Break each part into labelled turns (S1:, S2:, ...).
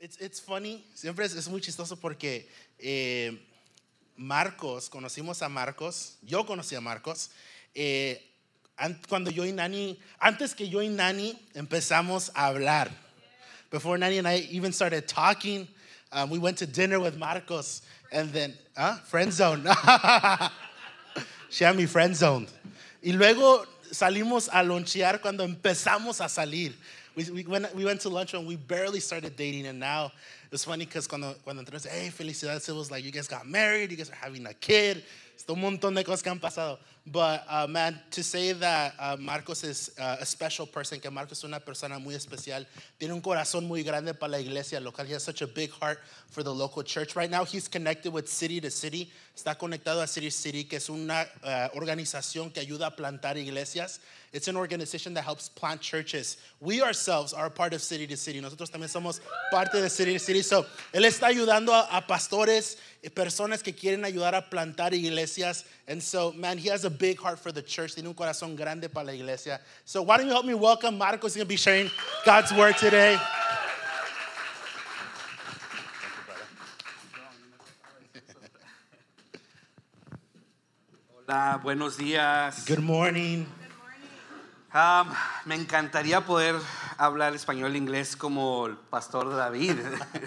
S1: It's, it's funny, siempre es, es muy chistoso porque eh, Marcos, conocimos a Marcos, yo conocí a Marcos, eh, an- cuando yo y Nani, antes que yo y Nani empezamos a hablar. Before Nani and I even started talking, um, we went to dinner with Marcos and then, huh? Friend zone. Shami friend zoned. Y luego salimos a lonchear cuando empezamos a salir. We, we, went, we went to lunch when we barely started dating, and now it's funny because cuando, cuando entré, hey, felicidades, it was like you guys got married, you guys are having a kid. Está un montón de cosas que han pasado. But uh, man, to say that uh, Marcos is uh, a special person, que Marcos es una persona muy especial, tiene un corazón muy grande para la iglesia local. He has such a big heart for the local church. Right now, he's connected with city to city. Está conectado a City City, que es una uh, organización que ayuda a plantar iglesias. It's an organization that helps plant churches. We ourselves are part of City to City. Nosotros también somos parte de City to City. So, él está ayudando a, a pastores, eh, personas que quieren ayudar a plantar iglesias. And so, man, he has a big heart for the church. Tiene un corazón grande para la iglesia. So, why don't you help me welcome Marcos? He's going to be sharing God's word today.
S2: Hola, buenos días.
S1: Good morning.
S2: Um, me encantaría poder hablar español e inglés como el pastor David,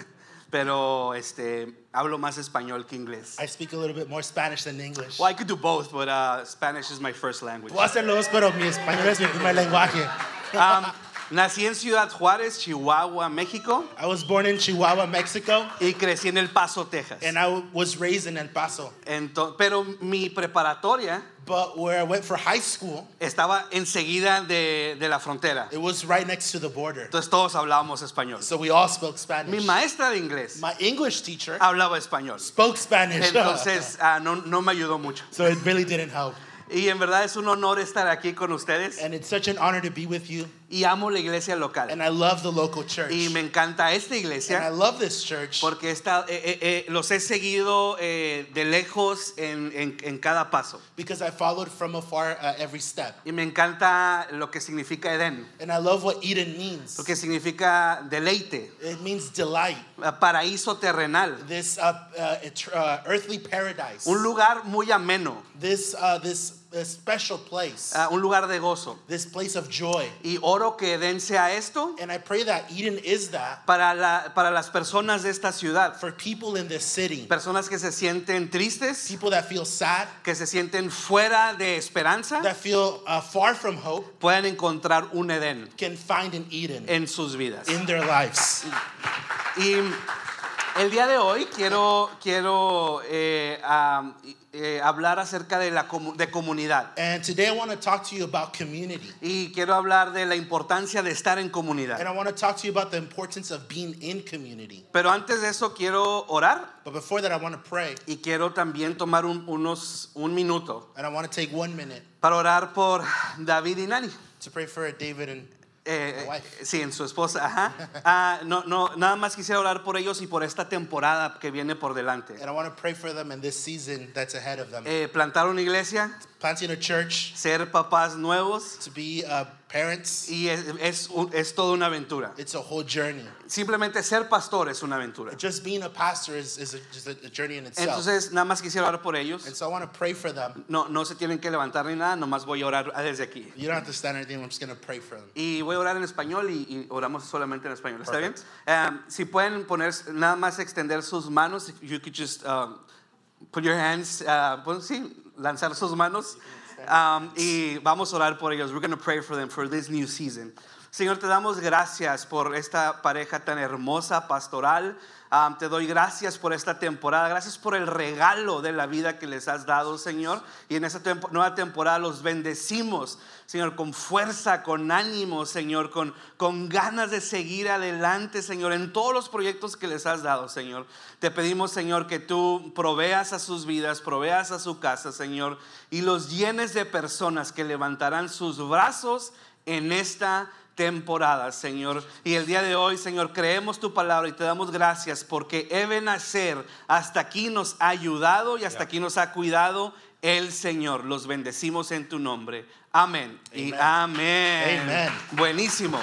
S2: pero este, hablo más español que inglés.
S1: I speak a little bit more Spanish than English.
S2: Well, I could do both, but uh, Spanish is my first language.
S1: Puedo hacerlos, pero mi español es mi primer lenguaje.
S2: Um, nací en Ciudad Juárez, Chihuahua, México,
S1: I was born in Chihuahua, Mexico,
S2: y crecí en El Paso, Texas.
S1: and I was raised in El Paso.
S2: Ento- pero mi preparatoria
S1: But where I went for high school,
S2: estaba enseguida de, de la frontera,
S1: it was right next to the border.
S2: entonces todos hablábamos español.
S1: So we all spoke
S2: Mi
S1: Spanish.
S2: maestra de inglés
S1: My English teacher
S2: hablaba español.
S1: spoke Spanish.
S2: Ah. Entonces, ah, no, no me ayudó mucho.
S1: so it really didn't help.
S2: Y en verdad es un honor estar aquí con ustedes.
S1: And it's such an honor to be with you.
S2: Y amo la iglesia local.
S1: And I love the local church.
S2: Y me encanta esta
S1: And I
S2: iglesia
S1: love this church
S2: porque esta- eh, eh, eh, los he seguido eh, de lejos en, en- en cada paso.
S1: because I followed from afar uh, every step.
S2: Y me encanta lo que significa Edén,
S1: And I love what Eden means.
S2: porque significa deleite,
S1: It means delight,
S2: eh, paraíso terrenal,
S1: this uh, uh, et- uh, earthly paradise.
S2: un lugar muy ameno,
S1: this uh, this uh, special place,
S2: ah, un lugar de gozo.
S1: this place of joy.
S2: Y oro que Edén sea esto
S1: And I pray that Eden is that
S2: para, la- para las personas de esta ciudad,
S1: for people in this city,
S2: personas que se sienten tristes,
S1: people that feel sad,
S2: que se sienten fuera de esperanza
S1: that feel uh, far from hope,
S2: puedan encontrar un Edén
S1: can find an Eden
S2: en sus vidas.
S1: in their lives.
S2: Y el día de hoy quiero, quiero eh, am, eh, hablar acerca de la comu- de comunidad.
S1: And today I want to talk to you about community,
S2: Y quiero hablar de la importancia de estar en
S1: and
S2: comunidad.
S1: I want to talk to you about the importance of being in community.
S2: Pero antes de eso quiero orar
S1: But before that, I want to pray,
S2: y quiero también tomar un, unos, un minuto
S1: and I want to take one minute
S2: para orar por David y Nani.
S1: to pray for David and.
S2: Eh,
S1: My wife.
S2: sí, en su esposa. Ajá. Ah, no, no, nada más quisiera orar por ellos y por esta temporada que viene por delante.
S1: And I want to pray for them in this season that's ahead of them.
S2: Eh, plantar una iglesia,
S1: Planting a church,
S2: ser papás nuevos
S1: to be uh, parents,
S2: y es, es, un- es toda una aventura.
S1: it's a whole journey.
S2: Simplemente ser pastor es una aventura.
S1: Just being a pastor is, is, a, is a journey in itself.
S2: Entonces, nada más quisiera orar por
S1: and
S2: ellos.
S1: so I want to pray for them.
S2: No, no se tienen que levantar ni nada, nomás voy a orar desde aquí.
S1: You don't have to stand or anything. I'm just going to pray for them.
S2: Y voy a orar en español y, y oramos solamente en español. ¿Está bien? Um, si pueden poner, nada más extender sus manos. if You could just um, put your hands, uh, pues sí, lanzar sus manos. Um, y vamos a orar por ellos. We're going to pray for them for this new season. Señor, te damos gracias por esta pareja tan hermosa, pastoral. Um, te doy gracias por esta temporada. Gracias por el regalo de la vida que les has dado, Señor. Y en esta tempo- nueva temporada los bendecimos, Señor, con fuerza, con ánimo, Señor, con, con ganas de seguir adelante, Señor, en todos los proyectos que les has dado, Señor. Te pedimos, Señor, que tú proveas a sus vidas, proveas a su casa, Señor, y los llenes de personas que levantarán sus brazos en esta temporada, Señor. Y el día de hoy, Señor, creemos tu palabra y te damos gracias porque Eben Hacer hasta aquí nos ha ayudado y hasta aquí nos ha cuidado el Señor. Los bendecimos en tu nombre. Amén. Y
S1: Amen.
S2: amén.
S1: Amen.
S2: Buenísimo.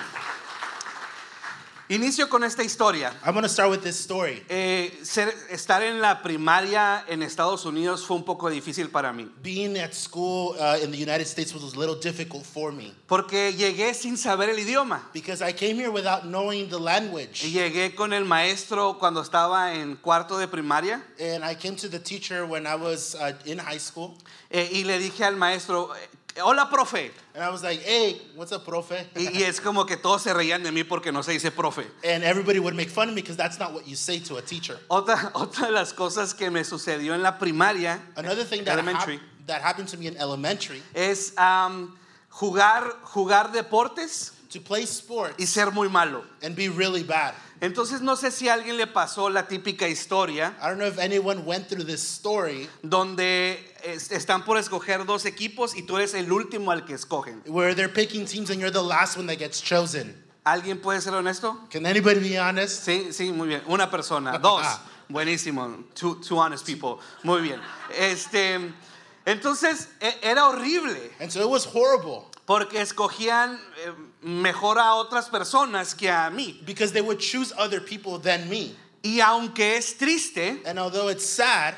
S2: Inicio con esta historia.
S1: I'm going to start with this story.
S2: Eh, ser- estar en la primaria en Estados Unidos fue un poco difícil para mí,
S1: Being at school uh, in the United States was a little difficult for me
S2: porque llegué sin saber el idioma.
S1: because I came here without knowing the
S2: Y
S1: language.
S2: Llegué con el maestro cuando estaba en cuarto de primaria
S1: And I came to the teacher when I was uh, in high school
S2: eh, y le dije al maestro, eh, hola profe.
S1: and I was like, hey, what's up, profe?
S2: Y, y es como que todos se reían de mí porque no se dice profe.
S1: And everybody would make fun of me because that's not what you say to a teacher.
S2: Otra, otra de las cosas que me sucedió en la primaria
S1: Another thing that, hap-
S2: Elementary.
S1: that happened to me in elementary
S2: es am, jugar, jugar deportes
S1: to play
S2: y
S1: sports
S2: ser muy malo.
S1: and be really bad.
S2: Entonces no sé si a alguien le pasó la típica historia
S1: I don't know if anyone went through this story
S2: donde es- están por escoger dos equipos y tú eres el último al que escogen.
S1: where they're picking teams and you're the last one that gets chosen.
S2: ¿Alguien puede ser honesto?
S1: Can anybody be honest?
S2: Sí, sí, muy bien. Una persona, dos. Buenísimo. Two, two honest people. Muy bien. Este, entonces e- era horrible
S1: And so it was horrible
S2: porque escogían eh, mejor a otras personas que a mí.
S1: because they would choose other people than me.
S2: Y aunque es triste,
S1: And although it's sad,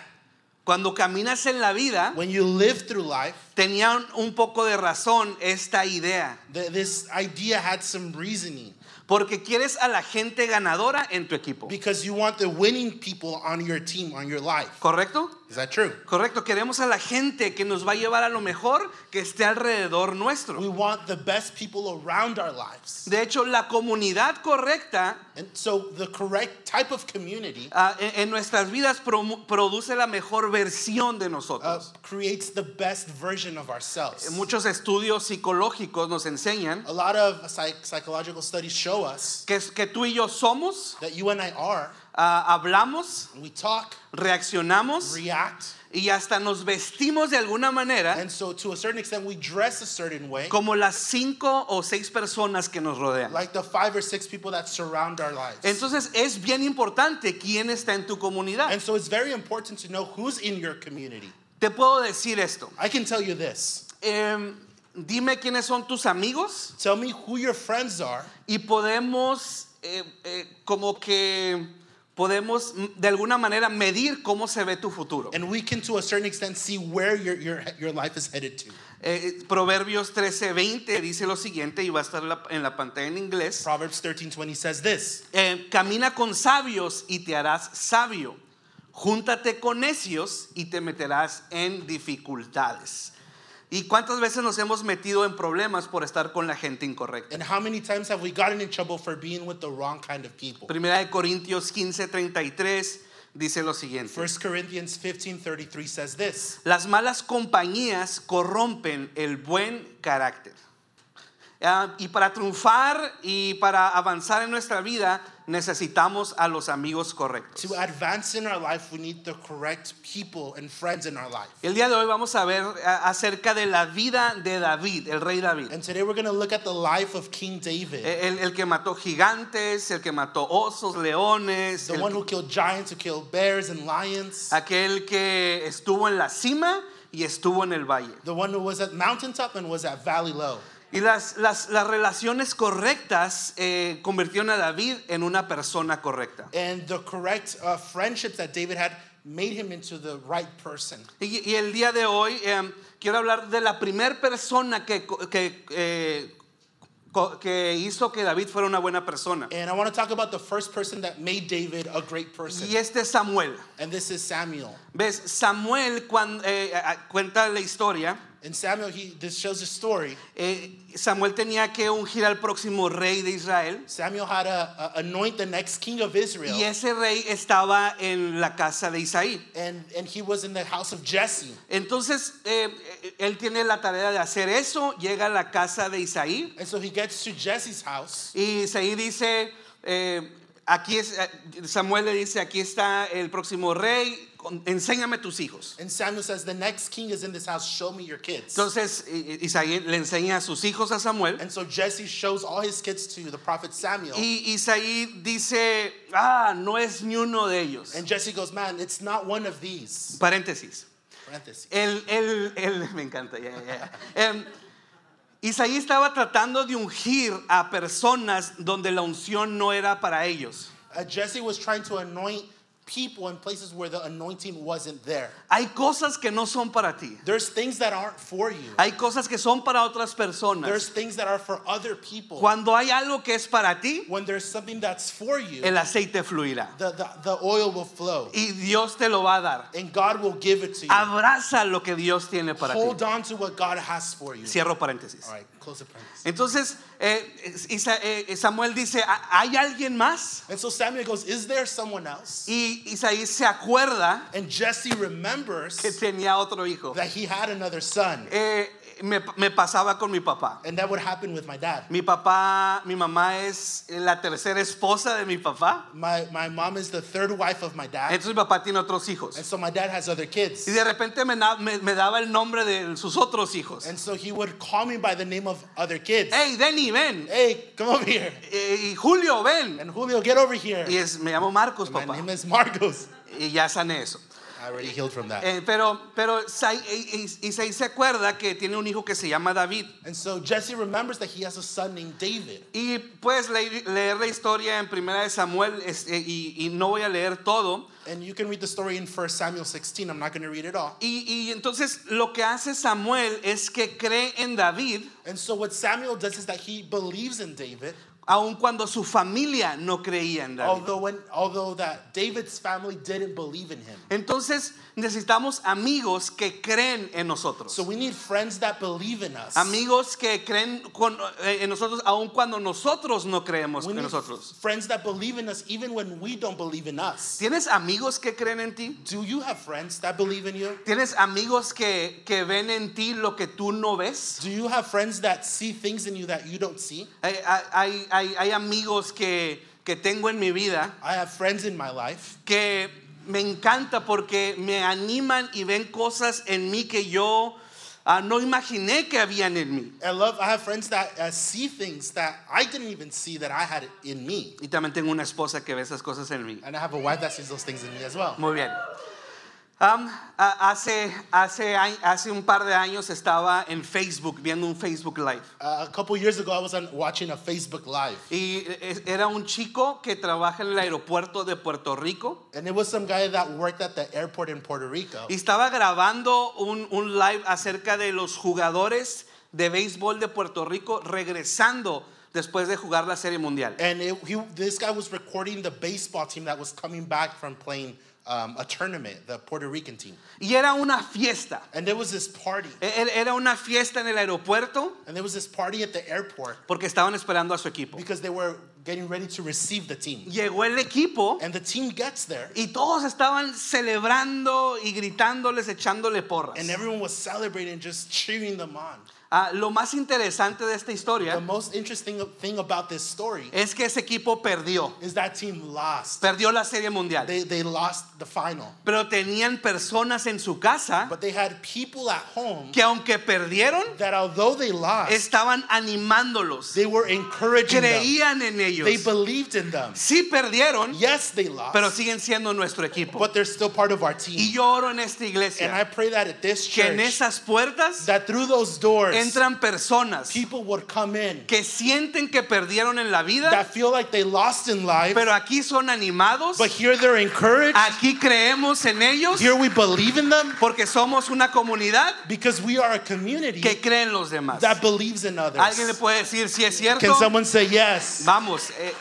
S2: cuando caminas en la vida,
S1: when you live through life,
S2: tenían un poco de razón esta idea.
S1: th- this idea had some reasoning
S2: Porque quieres a la gente ganadora en tu equipo.
S1: because you want the winning people on your team, on your life.
S2: ¿Correcto?
S1: Is that true?
S2: Correcto, queremos a la gente que nos va a llevar a lo mejor que esté alrededor nuestro.
S1: We want the best people around our lives.
S2: De hecho, la comunidad correcta
S1: And so the correct type of community
S2: ah, en en nuestras vidas promu- produce la mejor versión de
S1: uh,
S2: nosotros.
S1: creates the best version of ourselves.
S2: Muchos estudios psicológicos nos enseñan
S1: A lot of psych- psychological studies show us
S2: que, es- que tú y yo somos,
S1: that you and I are,
S2: ah, hablamos,
S1: we talk,
S2: reaccionamos
S1: react,
S2: y hasta nos vestimos de alguna manera
S1: and so to a certain extent we dress a certain way,
S2: como las cinco o seis personas que nos rodean.
S1: like the five or six people that surround our lives.
S2: Entonces es bien importante quién está en tu comunidad.
S1: And so it's very important to know who's in your community.
S2: Te puedo decir esto.
S1: I can tell you this.
S2: Em, dime quiénes son tus amigos
S1: Tell me who your friends are,
S2: y podemos, eh, eh, como que, podemos mm, de alguna manera medir cómo se ve tu futuro.
S1: and we can to a certain extent see where your, your, your life is headed to.
S2: Eh, Proverbios 13:20 dice lo siguiente y va a estar en la- en la pantalla en inglés.
S1: Proverbs 13:20 says this.
S2: Eh, Camina con sabios y te harás sabio. Júntate con necios y te meterás en dificultades. ¿Y cuántas veces nos hemos metido en problemas por estar con la gente incorrecta?
S1: And how many times have we gotten in trouble for being with the wrong kind of people?
S2: Primera de Corintios 15, 33 dice lo siguiente.
S1: 1 Corinthians 15:33 says this.
S2: Las malas compañías corrompen el buen carácter. Ah, y para triunfar y para avanzar en nuestra vida necesitamos a los amigos correctos.
S1: To advance in our life, we need the correct people and friends in our life.
S2: El día de hoy vamos a ver a- acerca de la vida de David, el rey David. E,
S1: And today we're going to look at the life of King David,
S2: El, el que mató gigantes, el que mató osos, leones,
S1: the
S2: el- Ah.
S1: one who killed giants, who killed bears and lions,
S2: aquel que estuvo en la cima y estuvo en el valle.
S1: the one who was at mountaintop and was at valley low.
S2: Y las, las, las relaciones correctas eh, convirtieron a David en una persona correcta.
S1: And the correct uh, friendships that David had made him into the right person.
S2: Y, y el día de hoy eh, quiero hablar de la primer persona que, co- que, eh, co- que hizo que David fuera una buena persona.
S1: And I want to talk about the first person that made David a great person.
S2: Y este es Samuel.
S1: And this is Samuel.
S2: ¿Ves? Samuel cuan- eh, a- cuenta la historia.
S1: And Samuel, he this shows the story.
S2: eh, Samuel tenía que ungir al próximo rey de Israel.
S1: Samuel had to uh, anoint the next king of Israel,
S2: Y ese rey estaba en la casa de Isaí.
S1: and and he was in the house of Jesse.
S2: Entonces, eh, eh, él tiene la tarea de hacer eso, llega a la casa de Isaí
S1: And so he gets to Jesse's house,
S2: y Isaí dice, eh, aquí es, eh, Samuel le dice, aquí está el próximo rey, con- enséñame tus hijos.
S1: and Samuel says, "The next king is in this house. Show me your kids."
S2: Entonces, I- I- Isaí le enseña a sus hijos a Samuel
S1: and so Jesse shows all his kids to the prophet Samuel,
S2: y Isaí dice, ah, no es ni uno de ellos.
S1: and Jesse goes, "Man, it's not one of these."
S2: Paréntesis.
S1: Parentheses.
S2: El, el- el- me encanta, ya, ya, ya. Em, Isaí estaba tratando de ungir a personas donde la unción no era para ellos.
S1: Uh, Jesse was trying to anoint people in places where the anointing wasn't there.
S2: Hay cosas que no son para ti.
S1: There's things that aren't for you.
S2: Hay cosas que son para otras
S1: There's
S2: personas.
S1: things that are for other people.
S2: Cuando hay algo que es para ti,
S1: When there's something that's for you,
S2: el aceite fluirá.
S1: the, the, the oil will flow
S2: Y Dios te lo va a dar.
S1: and God will give it to you.
S2: Abraza lo que Dios tiene para ti.
S1: Hold on to what God has for you.
S2: Cierro paréntesis.
S1: All right, close the parenthesis.
S2: Entonces, eh, Isa- eh, Samuel dice, "¿Ha- ¿hay alguien más?
S1: And so Samuel goes, Is there someone else?
S2: Y Isaí se acuerda
S1: And Jesse
S2: que
S1: remembers
S2: tenía otro hijo.
S1: that he had another son.
S2: Eh, me, me pasaba con mi papá.
S1: And that would happen with my dad.
S2: Mi papá, mi mamá es eh, la tercera esposa de mi papá.
S1: My, my mom is the third wife of my dad.
S2: Entonces mi papá tiene otros
S1: And
S2: hijos.
S1: so my dad has other
S2: Y
S1: kids.
S2: de repente me, na- me- me daba el nombre de sus otros hijos.
S1: And so he would call me by the name of other kids.
S2: Hey, Denny, ven.
S1: Hey, come over here.
S2: Eh, y Julio, ven.
S1: And Julio, get over here.
S2: Y es, me llamo Marcos,
S1: My
S2: papá.
S1: name is Marcos.
S2: Y ya sané eso.
S1: I already healed from that.
S2: Eh, pero pero Sai- eh, eh, Isaí se acuerda que tiene un hijo que se llama David.
S1: And so Jesse remembers that he has a son named David.
S2: Y puedes leer, leer la historia en Primera de Samuel es- eh, y, y no voy a leer todo.
S1: And you can read the story in 1 Samuel 16. I'm not going to read it all.
S2: Y, y entonces lo que hace Samuel es que cree en David,
S1: And so what Samuel does is that he believes in David,
S2: aun cuando su familia no creía en David.
S1: although when although that David's family didn't believe in him.
S2: Entonces necesitamos amigos que creen en nosotros.
S1: So we need friends that believe in us.
S2: Amigos que creen con- eh, en nosotros, aun cuando nosotros no creemos
S1: we
S2: en
S1: need
S2: nosotros.
S1: friends that believe in us even when we don't believe in us.
S2: ¿Tienes amigos que creen en ti?
S1: Do you have friends that believe in you?
S2: ¿Tienes amigos que, que ven en ti lo que tú no ves?
S1: Do you have friends that see things in you that you don't see?
S2: Eh, Hay, hay- hay- hay amigos que, que tengo en mi vida
S1: I have friends in my life
S2: que me encanta porque me animan y ven cosas en mí que yo ah, no imaginé que habían en mí.
S1: I love. I have friends that uh, see things that I didn't even see that I had in me,
S2: Y también tengo una esposa que ve esas cosas en mí.
S1: and I have a wife that sees those things in me as well.
S2: Muy bien. Am, a- hace, hace, a- hace un par de años estaba en Facebook, viendo un Facebook Live.
S1: Uh, a couple years ago, I was on, watching a Facebook Live,
S2: Y eh, era un chico que trabaja en el aeropuerto de Puerto Rico
S1: and it was some guy that worked at the airport in Puerto Rico,
S2: y estaba grabando un, un live acerca de los jugadores de béisbol de Puerto Rico regresando después de jugar la Serie Mundial.
S1: and it, he, this guy was recording the baseball team that was coming back from playing um, a tournament, the Puerto Rican team,
S2: Y era una fiesta.
S1: and there was this party,
S2: E- e- Era una fiesta en el aeropuerto
S1: and there was this party at the airport
S2: porque estaban esperando a su equipo.
S1: because they were getting ready to receive the team,
S2: Llegó el equipo
S1: and the team gets there,
S2: Y todos estaban celebrando y gritándoles, echándole porras.
S1: and everyone was celebrating, just cheering them on.
S2: Ah, lo más interesante de esta
S1: The
S2: historia
S1: most interesting thing about this story
S2: es que ese equipo perdió.
S1: is that team lost.
S2: Perdió la Serie Mundial.
S1: They, they lost the final.
S2: Pero tenían personas en su casa
S1: But they had people at home
S2: que aunque perdieron,
S1: that although they lost,
S2: estaban animándolos.
S1: they were encouraging them.
S2: Creían en
S1: They
S2: ellos.
S1: believed in them.
S2: Sí perdieron,
S1: Yes, they
S2: pero
S1: lost,
S2: siguen siendo nuestro equipo.
S1: but they're still part of our
S2: Y
S1: team.
S2: yo oro en esta
S1: And I
S2: iglesia
S1: pray that at this
S2: que en
S1: church,
S2: esas puertas
S1: that through those doors,
S2: entran personas
S1: people would come in
S2: que sienten que perdieron en la vida,
S1: that feel like they lost in life,
S2: pero aquí son animados
S1: but here they're encouraged.
S2: Aquí creemos en ellos
S1: Here we believe in them
S2: porque somos una comunidad
S1: because we are a community
S2: que cree en los demás.
S1: that believes in
S2: Alguien le
S1: others.
S2: puede decir si es
S1: Can
S2: cierto.
S1: someone say yes?
S2: Vamos. eh,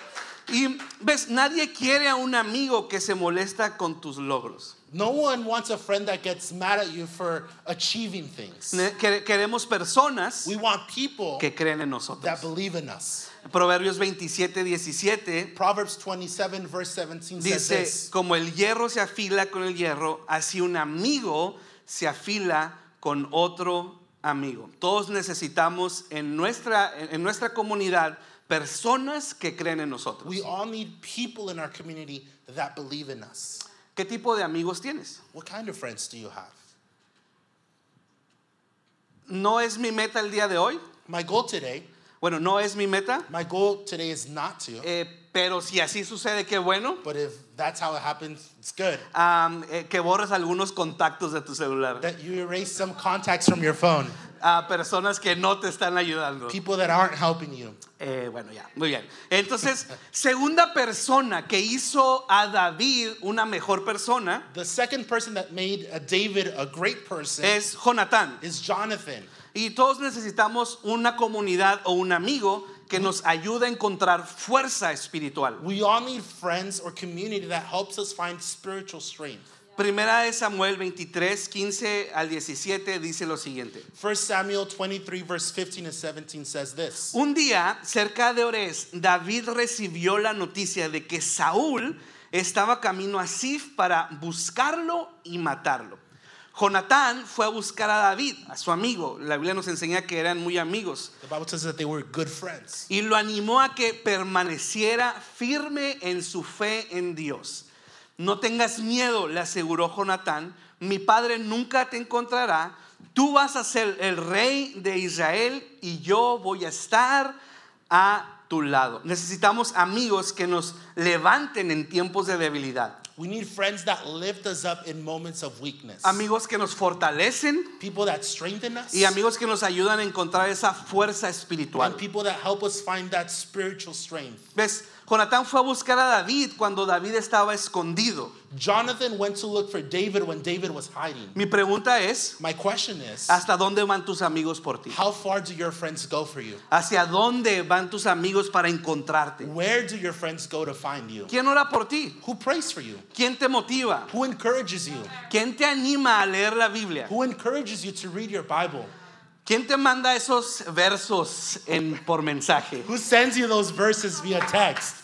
S2: y ves, nadie quiere a un amigo que se molesta con tus logros.
S1: No one wants a friend that gets mad at you for achieving things.
S2: Ne- quere- Queremos personas
S1: We want people
S2: que creen
S1: that
S2: en nosotros.
S1: believe in us.
S2: Proverbios 27, 17
S1: Proverbs 27, verse 17 says
S2: dice,
S1: this
S2: como el hierro se afila con el hierro, así un amigo se afila con otro amigo. Todos necesitamos en nuestra, en en nuestra comunidad personas que creen en nosotros.
S1: We all need people in our community that believe in us.
S2: ¿Qué tipo de amigos tienes?
S1: What kind of friends do you have?
S2: No es mi meta el día de hoy.
S1: My goal today,
S2: Bueno, no es mi meta,
S1: my goal today is not to,
S2: eh, pero si así sucede, qué bueno.
S1: but if that's how it happens, it's good.
S2: Am, eh, que borres algunos contactos de tu celular.
S1: That you erase some contacts from your phone.
S2: a personas que no te están ayudando.
S1: people that aren't helping you.
S2: Eh, bueno, ya, muy bien. Entonces, segunda persona que hizo a David una mejor persona
S1: The second person that made uh, David a great person
S2: es Jonatán.
S1: is Jonathan.
S2: Y todos necesitamos una comunidad o un amigo que nos ayude a encontrar fuerza espiritual.
S1: We all need friends or community that helps us find spiritual strength.
S2: Primera de Samuel 23, 15 al 17 dice lo siguiente.
S1: 1 Samuel 23, verse 15 and 17 says this.
S2: Un día, cerca de Ores, David recibió la noticia de que Saúl estaba camino a Sif para buscarlo y matarlo. Jonatán fue a buscar a David, a su amigo. La Biblia nos enseña que eran muy amigos.
S1: The Bible says that they were good friends.
S2: Y lo animó a que permaneciera firme en su fe en Dios. No tengas miedo, le aseguró Jonatán. Mi padre nunca te encontrará. Tú vas a ser el rey de Israel y yo voy a estar a tu lado. Necesitamos amigos que nos levanten en tiempos de debilidad.
S1: We need friends that lift us up in moments of weakness.
S2: Amigos que nos fortalecen
S1: People that strengthen us.
S2: y amigos que nos ayudan a encontrar esa fuerza espiritual.
S1: And people that help us find that spiritual strength.
S2: ¿Ves? Jonatán fue a buscar a David cuando David estaba escondido.
S1: Jonathan went to look for David when David was hiding.
S2: Mi pregunta es,
S1: My question is
S2: ¿hasta dónde van tus amigos por ti?
S1: how far do your friends go for you?
S2: ¿Hacia dónde van tus amigos para encontrarte?
S1: Where do your friends go to find you?
S2: ¿Quién ora por ti?
S1: Who prays for you?
S2: ¿Quién te motiva?
S1: Who encourages you?
S2: ¿Quién te anima a leer la Biblia?
S1: Who encourages you to read your Bible?
S2: ¿Quién te manda esos versos en, por mensaje?
S1: Who sends you those verses via text?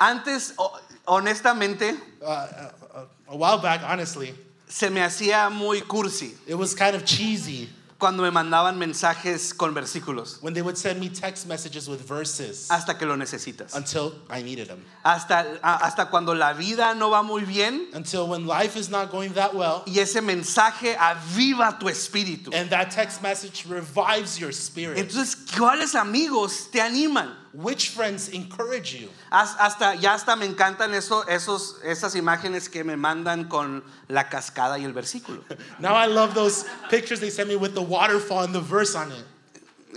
S2: Antes, ho- honestamente,
S1: Uh, uh, uh, a while back, honestly,
S2: se me hacía muy cursi
S1: it was kind of cheesy
S2: cuando me mandaban mensajes con versículos,
S1: when they would send me text messages with verses
S2: hasta que lo necesitas.
S1: until I needed them.
S2: Hasta, a- hasta cuando la vida no va muy bien
S1: Until when life is not going that well,
S2: y ese mensaje aviva tu espíritu.
S1: and that text message revives your spirit.
S2: Entonces, ¿cuáles amigos te animan?
S1: Which friends encourage you?
S2: Has- Hasta, ya hasta me encantan eso, esos, esas imágenes que me mandan con la cascada y el versículo.
S1: Now I love those pictures they send me with the waterfall and the verse on it.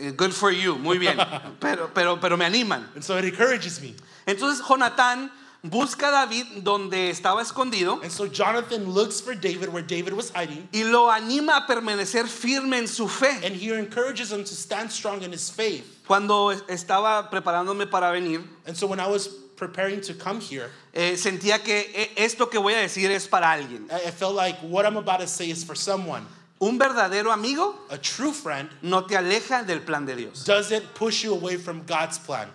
S2: Eh, Good for you, muy bien. Pero, pero, pero me animan.
S1: And so it encourages me.
S2: Entonces, Jonatán busca a David donde estaba escondido
S1: And so Jonathan looks for David where David was hiding,
S2: y lo anima a permanecer firme en su fe.
S1: and he encourages him to stand strong in his faith.
S2: Cuando es- estaba preparándome para venir,
S1: And so when I was preparing to come here,
S2: eh, sentía que eh, esto que voy a decir es para alguien.
S1: I I felt like what I'm about to say is for someone.
S2: Un verdadero amigo
S1: A true friend
S2: no te aleja del plan de Dios.
S1: doesn't push you away from God's plan.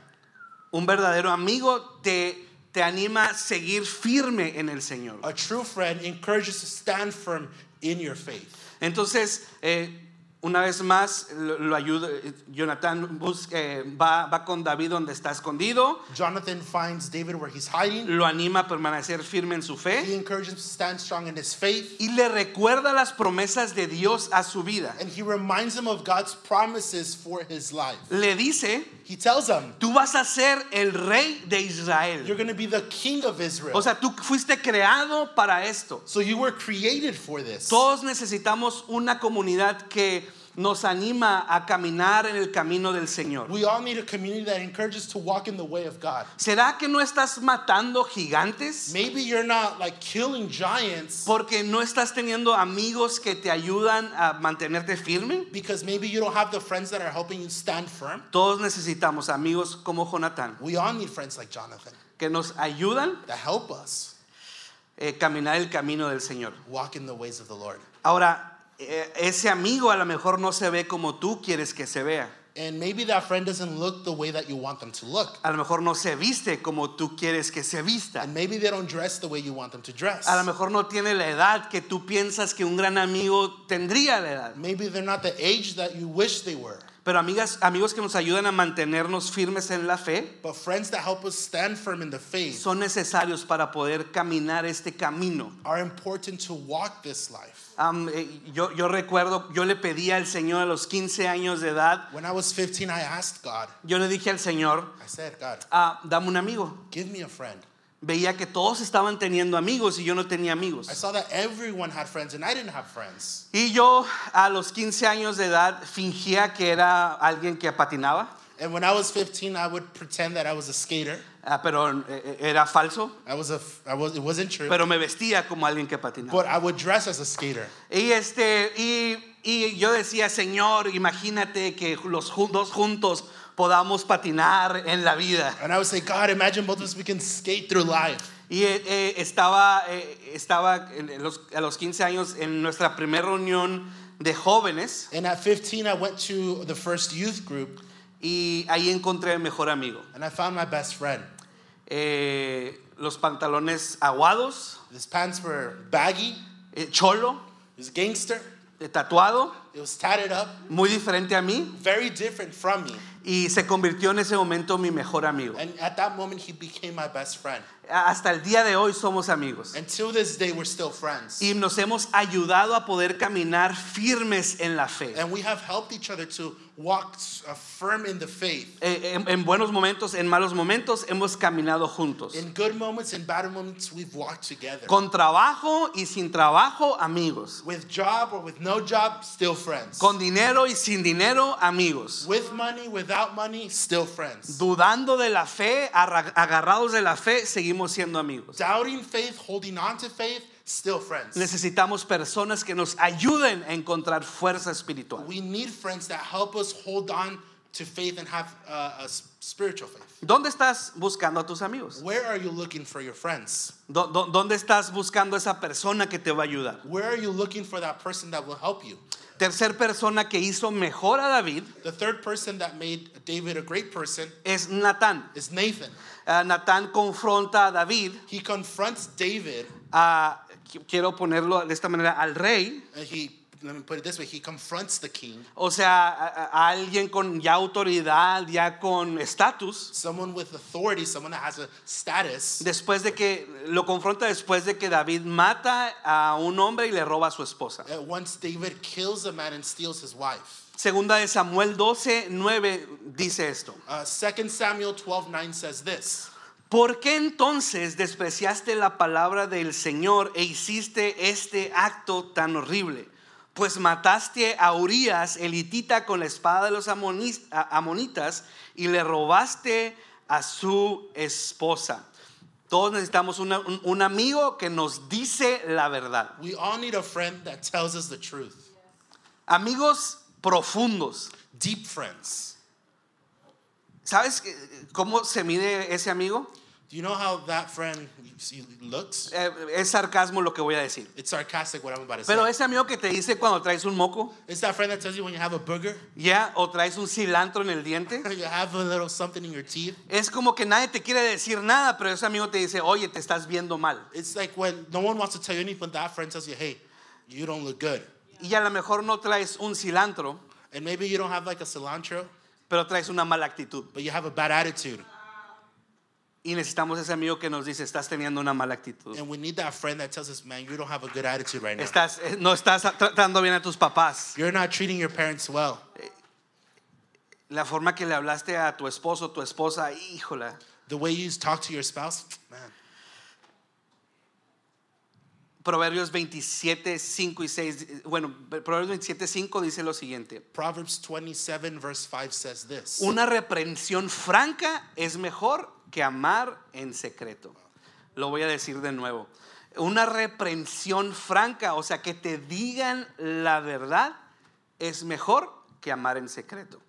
S2: Un verdadero amigo te, te anima a seguir firme en el Señor.
S1: A true friend encourages to stand firm in your faith.
S2: Entonces, eh, una vez más, lo, lo ayuda. eh, Jonathan busca, eh, va, va con David donde está escondido,
S1: Jonathan finds David where he's hiding.
S2: lo anima a permanecer firme en su
S1: He
S2: fe
S1: encourages him to stand strong in his faith.
S2: y le recuerda las promesas de Dios a su vida.
S1: And he reminds him of God's promises for his life.
S2: Le dice,
S1: He tells him,
S2: tú vas a ser el rey de
S1: You're
S2: Israel.
S1: going to be the king of Israel.
S2: O sea, tú fuiste creado para esto.
S1: So you were created for this.
S2: Todos necesitamos una comunidad que nos anima a caminar en el camino del Señor.
S1: We all need a community that encourages to walk in the way of God.
S2: ¿Será que no estás matando gigantes?
S1: Maybe you're not like killing giants
S2: Porque no estás teniendo amigos que te ayudan a mantenerte firme.
S1: because maybe you don't have the friends that are helping you stand firm.
S2: Todos necesitamos amigos como Jonathan
S1: We all need friends like Jonathan
S2: que nos ayudan
S1: that help us
S2: a caminar el camino del Señor.
S1: walk in the ways of the Lord.
S2: Ahora, eh, ese amigo a lo mejor no se ve como tú quieres que se vea.
S1: And maybe that friend doesn't look the way that you want them to look.
S2: A lo mejor no se viste como tú quieres que se vista.
S1: And maybe they don't dress the way you want them to dress.
S2: A lo mejor no tiene la edad que tú piensas que un gran amigo tendría la edad.
S1: Maybe they're not the age that you wish they were.
S2: Pero amigas, amigos que nos ayudan a mantenernos firmes en la fe
S1: But friends that help us stand firm in the faith
S2: son necesarios para poder caminar este camino.
S1: are important to walk this life.
S2: Am, eh, yo, yo recuerdo, yo le pedí al Señor a los 15 años de edad,
S1: When I was 15, I asked God,
S2: yo le dije al Señor,
S1: I said, God,
S2: "Ah, dame un amigo.
S1: give me a friend.
S2: veía que todos estaban teniendo amigos y yo no tenía amigos.
S1: I saw that everyone had friends and I didn't have friends.
S2: Y yo a los 15 años de edad fingía que era alguien que patinaba,
S1: And when I was 15, I would pretend that I was a skater.
S2: ah, pero eh, era falso,
S1: I was a, f- I was, it wasn't true.
S2: pero me vestía como alguien que patinaba.
S1: but I would dress as a skater.
S2: Y, este, y, y yo decía, Señor, imagínate que los ju- dos juntos podamos patinar en la vida.
S1: And I would say, God, imagine both of us, we can skate through life.
S2: Y eh, eh, estaba, eh, estaba en- en los- a los 15 años en nuestra primera reunión de jóvenes
S1: And at 15, I went to the first youth group
S2: y ahí encontré al mejor amigo.
S1: and I found my best friend.
S2: Eh, los pantalones aguados,
S1: His pants were baggy,
S2: eh, cholo,
S1: he was gangster,
S2: eh, tatuado,
S1: it was tatted up,
S2: muy diferente a mí
S1: very different from me.
S2: y se convirtió en ese momento mi mejor amigo.
S1: And at that moment, he became my best friend.
S2: A- Hasta el día de hoy somos amigos.
S1: Until this day, we're still friends.
S2: Y nos hemos ayudado a poder caminar firmes en la fe.
S1: And we have helped each other to walk s- uh, firm in the faith.
S2: Eh, en- en buenos momentos, en malos momentos, hemos caminado juntos.
S1: In good moments and bad moments, we've walked together.
S2: Con trabajo y sin trabajo, amigos.
S1: With job or with no job, still friends.
S2: Con dinero y sin dinero, amigos.
S1: With money, without money, still friends.
S2: Dudando de la fe, arra- agarrados de la fe, seguimos siendo amigos.
S1: Doubting faith, holding on to faith, still friends.
S2: Necesitamos personas que nos ayuden a encontrar fuerza espiritual.
S1: We need friends that help us hold on to faith and have uh, a s- spiritual faith.
S2: ¿Dónde estás buscando a tus amigos?
S1: Where are you looking for your friends?
S2: ¿Dó- dó- ¿Dónde estás buscando esa persona que te va a ayudar?
S1: Where are you looking for that person that will help you?
S2: Tercer persona que hizo mejor a David
S1: The third person that made David a great person
S2: es Natán.
S1: is Nathan.
S2: Ah, Natán confronta a David,
S1: He confronts David.
S2: a- qui- quiero ponerlo de esta manera, al rey,
S1: uh, He let me put it this way. He confronts the king,
S2: O sea, a, a- a alguien con ya autoridad, ya con estatus,
S1: someone with authority, someone that has a status.
S2: después de que lo confronta después de que David mata a un hombre y le roba a su esposa.
S1: Uh, Once David kills a man and steals his wife.
S2: Segunda de Samuel 12, 9 dice esto.
S1: Uh, 2 Samuel 12, 9 says this.
S2: ¿Por qué entonces despreciaste la palabra del Señor e hiciste este acto tan horrible? Pues mataste a Urias, el hitita, con la espada de los amonis- a- amonitas y le robaste a su esposa. Todos necesitamos una- un, un amigo que nos dice la verdad.
S1: We all need a friend that tells us the truth.
S2: Amigos profundos.
S1: Deep friends.
S2: ¿Sabes qué- cómo se mide ese amigo?
S1: Do you know how that friend you see, looks?
S2: Eh, es sarcasmo lo que voy a decir.
S1: It's sarcastic what I'm about to say.
S2: Pero ese amigo que te dice cuando traes un moco,
S1: It's that friend that tells you when you have a booger,
S2: Ya, o traes un cilantro en el diente.
S1: you have a little something in your teeth.
S2: Es como que nadie te quiere decir nada, pero ese amigo te dice, oye, te estás viendo mal.
S1: It's like when no one wants to tell you anything, but that friend tells you, hey, you don't look good.
S2: Y a lo mejor no traes un cilantro,
S1: And maybe you don't have like a cilantro,
S2: pero traes una mala actitud.
S1: but you have a bad attitude.
S2: Y necesitamos ese amigo que nos dice, estás teniendo una mala actitud.
S1: And we need that friend that tells us, man, you don't have a good attitude right now.
S2: Estás, eh, no estás tratando bien a tus papás.
S1: You're not treating your parents well.
S2: La forma que le hablaste a tu esposo, tu esposa, híjola.
S1: The way you talk to your spouse, man.
S2: Proverbios 27, 5 y 6. eh, Bueno, Proverbios 27, 5 dice lo siguiente.
S1: Proverbs 27, verse 5 says this.
S2: Una reprensión franca es mejor que amar en secreto. Lo voy a decir de nuevo. Una reprensión franca, o sea, que te digan la verdad, es mejor que amar en secreto.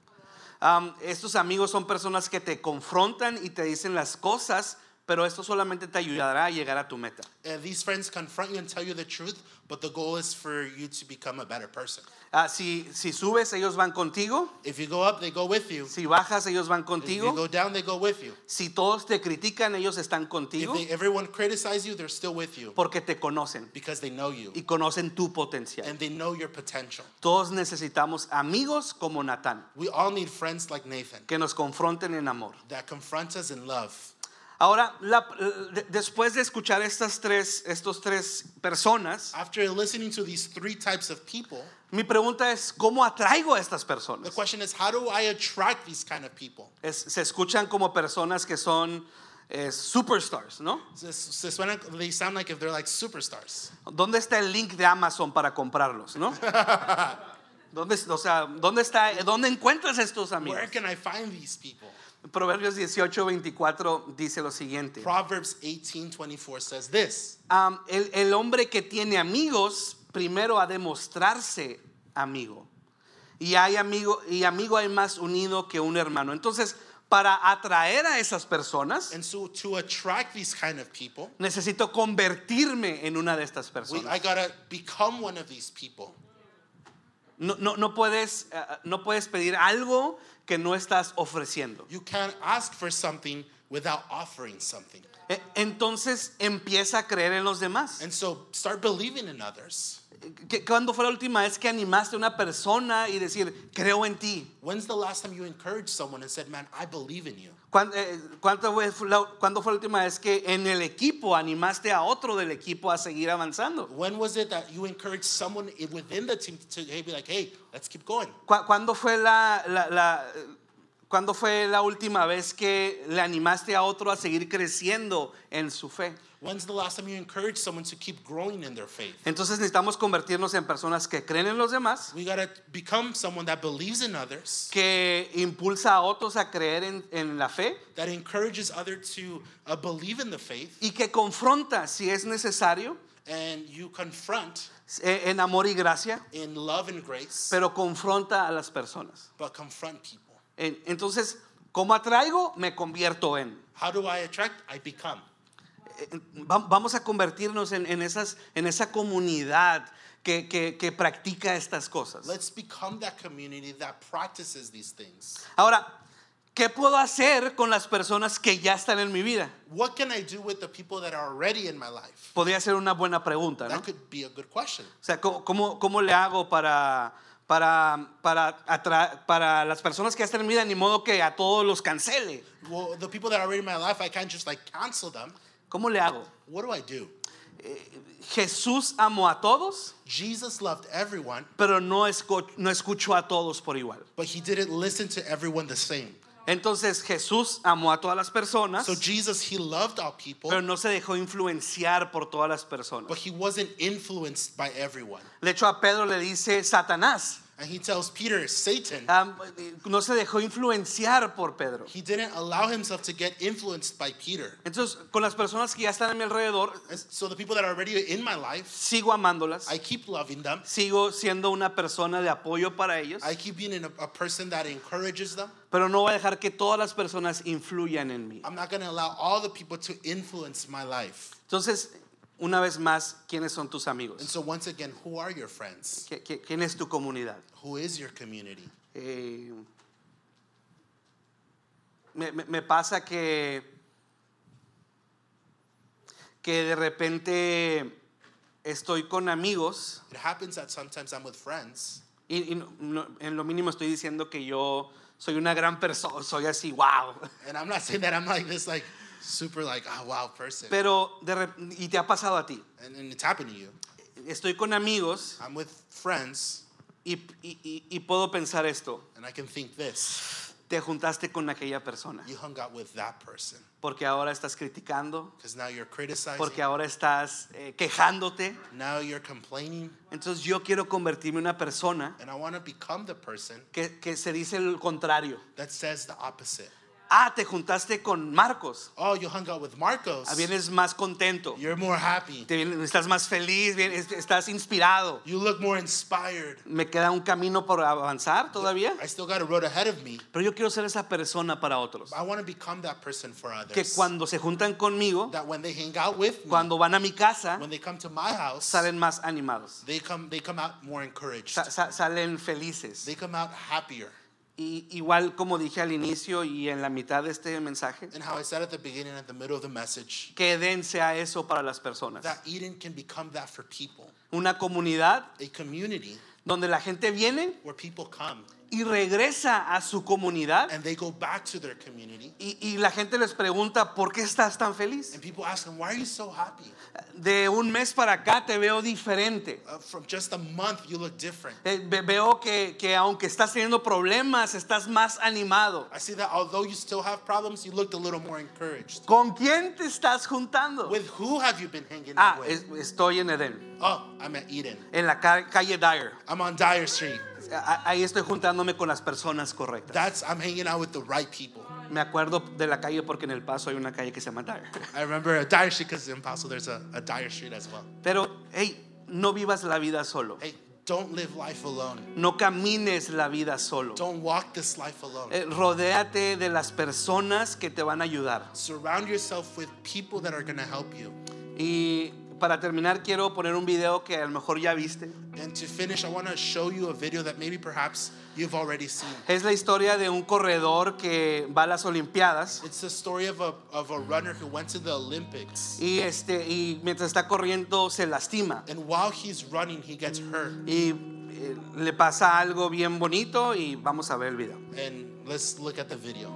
S2: Am, estos amigos son personas que te confrontan y te dicen las cosas, pero esto solamente te ayudará a llegar a tu meta.
S1: Uh, these friends confront you and tell you the truth, but the goal is for you to become a better person.
S2: Ah, si, si subes, ellos van contigo.
S1: If you go up, they go with you.
S2: Si bajas, ellos van
S1: If you
S2: contigo.
S1: go down, they go with you.
S2: Si todos te critican, ellos están
S1: If
S2: contigo
S1: they, everyone criticize you, they're still with you
S2: porque te conocen.
S1: because they know you
S2: y conocen tu potencial.
S1: and they know your potential.
S2: Todos necesitamos amigos como Natán
S1: We all need friends like Nathan
S2: que nos confronten en amor.
S1: that confront us in love.
S2: Ahora, la- de- después de escuchar estas tres, estos tres personas,
S1: After listening to these three types of people,
S2: mi pregunta es cómo atraigo a estas
S1: the
S2: personas.
S1: question is how do I attract these kind of people?
S2: Es- se escuchan como personas que son eh, superstars, ¿no?
S1: Se, se suenan, they sound like if they're like superstars.
S2: ¿Dónde está el link de Amazon para comprarlos, no? ¿Dónde, o sea, ¿dónde, está, ¿dónde encuentras estos amigos?
S1: Where can I find these people?
S2: Proverbios 18, 24 dice lo siguiente.
S1: Proverbs 18 24 says this
S2: Am, el, el hombre que tiene amigos primero ha de mostrarse amigo. Y, hay amigo. y amigo hay más unido que un hermano. Entonces, para atraer a esas personas,
S1: And so to attract these kind of people,
S2: necesito convertirme en una de estas
S1: we, I
S2: personas.
S1: gotta become one of these people.
S2: No, no, no puedes, eh, no puedes pedir algo que no estás ofreciendo.
S1: You can't ask for something without offering something.
S2: Eh, Entonces empieza a creer en los demás.
S1: And so start believing in others.
S2: ¿Qué- ¿Cuándo fue la última vez que animaste a una persona y decir, creo en ti?
S1: When's the last time you encouraged someone and said, Man, I believe in you?
S2: ¿Cuán- eh, cuánta vez fue la- ¿Cuándo fue la última vez que en el equipo animaste a otro del equipo a seguir avanzando?
S1: When was it that you encouraged someone i- within the team to hey, be like, Hey, let's keep going?
S2: ¿Cu- ¿Cuándo fue la, la- la- eh, cuándo fue la última vez que le animaste a otro a seguir creciendo en su fe?
S1: When's the last time you encouraged someone to keep growing in their faith?
S2: Entonces necesitamos convertirnos en personas que creen en los demás,
S1: We gotta become someone that believes in others,
S2: que impulsa a otros a creer en, en la fe
S1: that encourages others to uh, believe in the faith,
S2: y que confronta si es necesario
S1: and you confront
S2: eh, en amor y gracia,
S1: in love and grace,
S2: pero confronta a las personas.
S1: but confront people.
S2: En- Entonces, ¿cómo atraigo? Me convierto en.
S1: How do I attract? I become.
S2: Eh, va- Vamos a convertirnos en, en esas, en esa comunidad que, que- que practica estas cosas.
S1: Let's become that community that practices these things.
S2: Ahora, ¿qué puedo hacer con las personas que ya están en mi vida?
S1: What can I do with the people that are already in my life?
S2: Podría ser una buena pregunta, ¿no?
S1: That could be a good question.
S2: O sea, ¿cómo, cómo, cómo le hago para, para, para, atra- para las personas que ya están en mi vida, ni modo que a todos los cancele?
S1: Well, the people that are already in my life, I can't just like cancel them.
S2: ¿Cómo le hago?
S1: What do I do?
S2: Jesús amó a todos,
S1: Jesus loved everyone,
S2: pero no, esco- no escuchó a todos por igual.
S1: but he didn't listen to everyone the same.
S2: Entonces Jesús amó a todas las personas,
S1: So Jesus, he loved all people,
S2: pero no se dejó influenciar por todas las
S1: but
S2: personas.
S1: he wasn't influenced by everyone.
S2: De hecho, a Pedro le dice Satanás.
S1: And he tells Peter, Satan,
S2: Am- eh, no se dejó influenciar por Pedro.
S1: he didn't allow himself to get influenced by Peter.
S2: Entonces, con las personas que ya están a mi alrededor,
S1: And so the people that are already in my life,
S2: sigo amándolas.
S1: I keep loving them.
S2: sigo siendo una persona de apoyo para ellos,
S1: I keep being an- a person that encourages them.
S2: pero no voy a dejar que todas las personas influyan en mí.
S1: I'm not going to allow all the people to influence my life.
S2: Entonces, una vez más, ¿quiénes son tus
S1: And
S2: amigos?
S1: so, once again, who are your friends?
S2: ¿Qui- qui- ¿Quién es tu comunidad?
S1: Who is your community?
S2: Eh, me, me- me pasa que, que de repente estoy con amigos
S1: It happens that sometimes I'm with friends,
S2: y, y no- no- en lo mínimo estoy diciendo que yo soy una gran persona, soy así, wow.
S1: and I'm not saying that I'm like this, like super, like oh, wow person.
S2: Pero de re- y te ha pasado a ti.
S1: And, and it's happened to you.
S2: estoy con amigos
S1: I'm with friends,
S2: y, y- y- y puedo pensar esto,
S1: and I can think this:
S2: te juntaste con aquella persona,
S1: you hung out with that person
S2: porque ahora estás criticando,
S1: because now you're criticizing,
S2: porque ahora estás eh, quejándote.
S1: now you're complaining,
S2: Entonces yo quiero convertirme en una persona
S1: and I want to become the person
S2: que, que se dice el contrario.
S1: that says the opposite.
S2: Ah, te juntaste con Marcos,
S1: Oh, you hung out with Marcos.
S2: ah, vienes más contento,
S1: You're more happy.
S2: te vienes- estás más feliz, vienes- estás inspirado.
S1: You look more inspired.
S2: Me queda un camino por avanzar todavía,
S1: I still got a road ahead of me.
S2: pero yo quiero ser esa persona para otros,
S1: I want to become that person for others.
S2: que cuando se juntan conmigo,
S1: that when they hang out with me,
S2: cuando van a mi casa,
S1: when they come to my house,
S2: salen más animados,
S1: they come they come out more encouraged.
S2: sa- sa- salen felices.
S1: They come out happier.
S2: Y igual como dije al inicio y en la mitad de este mensaje,
S1: And how I said at the beginning, at the middle of the message,
S2: que dense a eso para las personas.
S1: that Eden can become that for people,
S2: Una comunidad
S1: a community
S2: donde la gente viene
S1: where people come
S2: y regresa a su comunidad
S1: and they go back to their community.
S2: y, y la gente les pregunta, ¿por qué estás tan feliz?
S1: And people ask them, why are you so happy?
S2: De un mes para acá te veo diferente.
S1: Uh, from just a month, you look different.
S2: Eh, ve- Veo que, que aunque estás teniendo problemas, estás más animado.
S1: I see that although you still have problems, you looked a little more encouraged.
S2: ¿Con quién te estás juntando?
S1: With who have you been hanging
S2: Ah,
S1: out with?
S2: es- estoy en Edén,
S1: oh, I'm at Eden.
S2: en la ca- calle Dyer.
S1: I'm on Dyer Street.
S2: A- Ahí estoy juntándome con las personas correctas.
S1: That's I'm hanging out with the right people.
S2: Me acuerdo de la calle porque en El Paso hay una calle que se llama Dyer.
S1: I remember a Dyer Street because in Paso there's a, a Dyer Street as well.
S2: Pero, hey, no vivas la vida solo.
S1: Hey, don't live life alone.
S2: No camines la vida solo.
S1: Don't walk this life alone.
S2: Eh, Rodéate de las personas que te van a ayudar.
S1: Surround yourself with people that are gonna help you.
S2: Y para terminar, quiero poner un video que a lo mejor ya viste.
S1: And to finish, I want to show you a video that maybe perhaps you've already seen.
S2: Es la historia de un corredor que va a las Olimpiadas.
S1: It's the story of a, of a runner who went to the Olympics,
S2: Y, este, y mientras está corriendo se lastima.
S1: and while he's running, he gets hurt.
S2: Y eh, le pasa algo bien bonito y vamos a ver el video.
S1: And let's look at the video.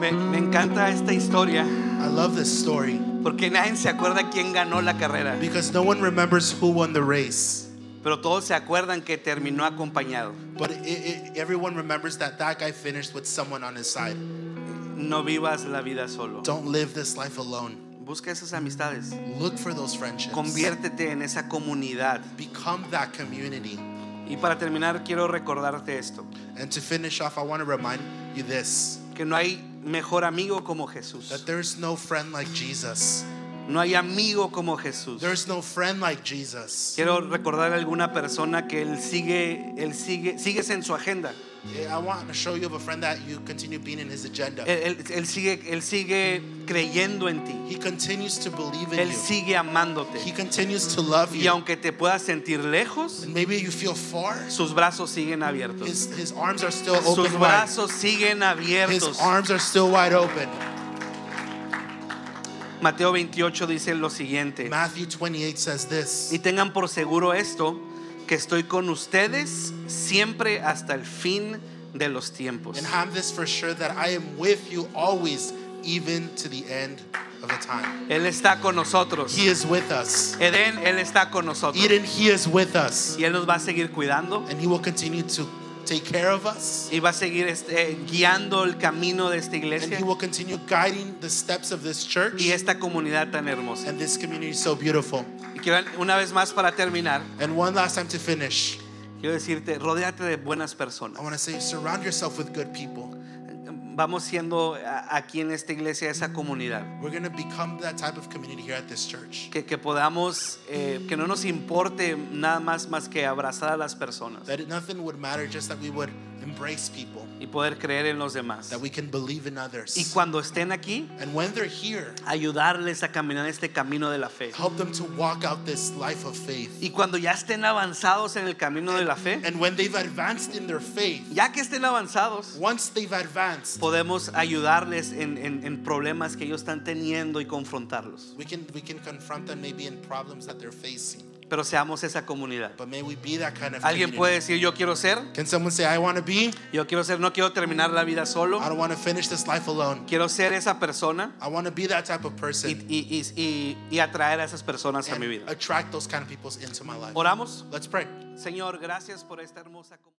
S2: Me, me encanta esta historia
S1: I love this story
S2: porque nadie se acuerda quién ganó la carrera,
S1: because no one remembers who won the race,
S2: pero todos se acuerdan que terminó acompañado.
S1: but it, it, everyone remembers that that guy finished with someone on his side.
S2: No vivas la vida solo.
S1: Don't live this life alone.
S2: Busca esas amistades.
S1: Look for those friendships.
S2: Conviértete en esa comunidad.
S1: Become that community.
S2: Y para terminar, quiero recordarte esto,
S1: And to finish off, I want to remind you this
S2: que no hay mejor amigo como
S1: that
S2: Jesús.
S1: there's no friend like Jesus.
S2: No hay amigo como Jesús.
S1: There's no friend like Jesus.
S2: Quiero recordar a alguna persona que él sigue, él sigue, sigues en su agenda.
S1: I want to show you of a friend that you continue being in his agenda.
S2: Él, él- él sigue, él sigue creyendo en ti.
S1: He continues to believe in
S2: Él
S1: you.
S2: sigue amándote.
S1: He continues to love
S2: Y
S1: you.
S2: aunque te puedas sentir lejos,
S1: And maybe you feel far.
S2: sus brazos siguen abiertos.
S1: His, his arms are still
S2: Sus
S1: open wide.
S2: brazos siguen
S1: His
S2: abiertos.
S1: arms are still wide open.
S2: Mateo 28 dice lo siguiente.
S1: Matthew 28 says this.
S2: Y tengan por seguro esto, que estoy con ustedes siempre hasta el fin de los tiempos.
S1: And have this for sure that I am with you always, even to the end of the time.
S2: Él está con nosotros.
S1: He is with us.
S2: Edén, Él está con nosotros.
S1: Eden, He is with us.
S2: Y Él nos va a seguir cuidando
S1: And He will continue to take care of us.
S2: y va a seguir este, eh, guiando el camino de esta
S1: And
S2: iglesia
S1: He will continue guiding the steps of this church
S2: y esta comunidad tan hermosa.
S1: and this community so beautiful.
S2: Y quiero, una vez más para terminar,
S1: And one last time to finish,
S2: quiero decirte, rodéate de buenas personas.
S1: I want to say surround yourself with good people.
S2: Vamos siendo a- aquí en esta iglesia esa comunidad.
S1: We're going to become that type of community here at this church.
S2: Que, que podamos, eh, que no nos importe nada más más que abrazar a las personas
S1: That it- nothing would matter, just that we would embrace people,
S2: y poder creer en los demás.
S1: that we can believe in others.
S2: Y cuando estén aquí,
S1: And when they're here,
S2: ayudarles a caminar este camino de la fe.
S1: help them to walk out this life of faith.
S2: Y cuando ya estén avanzados en el camino de la fe,
S1: And when they've advanced in their faith,
S2: ya que estén avanzados,
S1: once they've advanced,
S2: podemos ayudarles en, en- en problemas que ellos están teniendo y confrontarlos.
S1: we can we can confront them maybe in problems that they're facing.
S2: Pero seamos esa comunidad.
S1: But may we be that kind of
S2: Alguien puede
S1: community.
S2: decir, yo quiero ser,
S1: Can someone say, I want to be?
S2: yo quiero ser, no quiero terminar la vida solo,
S1: I don't want to finish this life alone.
S2: quiero ser esa persona
S1: I want to be that type of
S2: y,
S1: person
S2: y- y- y- y atraer a esas personas a mi
S1: and
S2: vida.
S1: attract those kind of people into my life.
S2: Oramos.
S1: Let's pray.
S2: Señor, gracias por esta hermosa comunidad.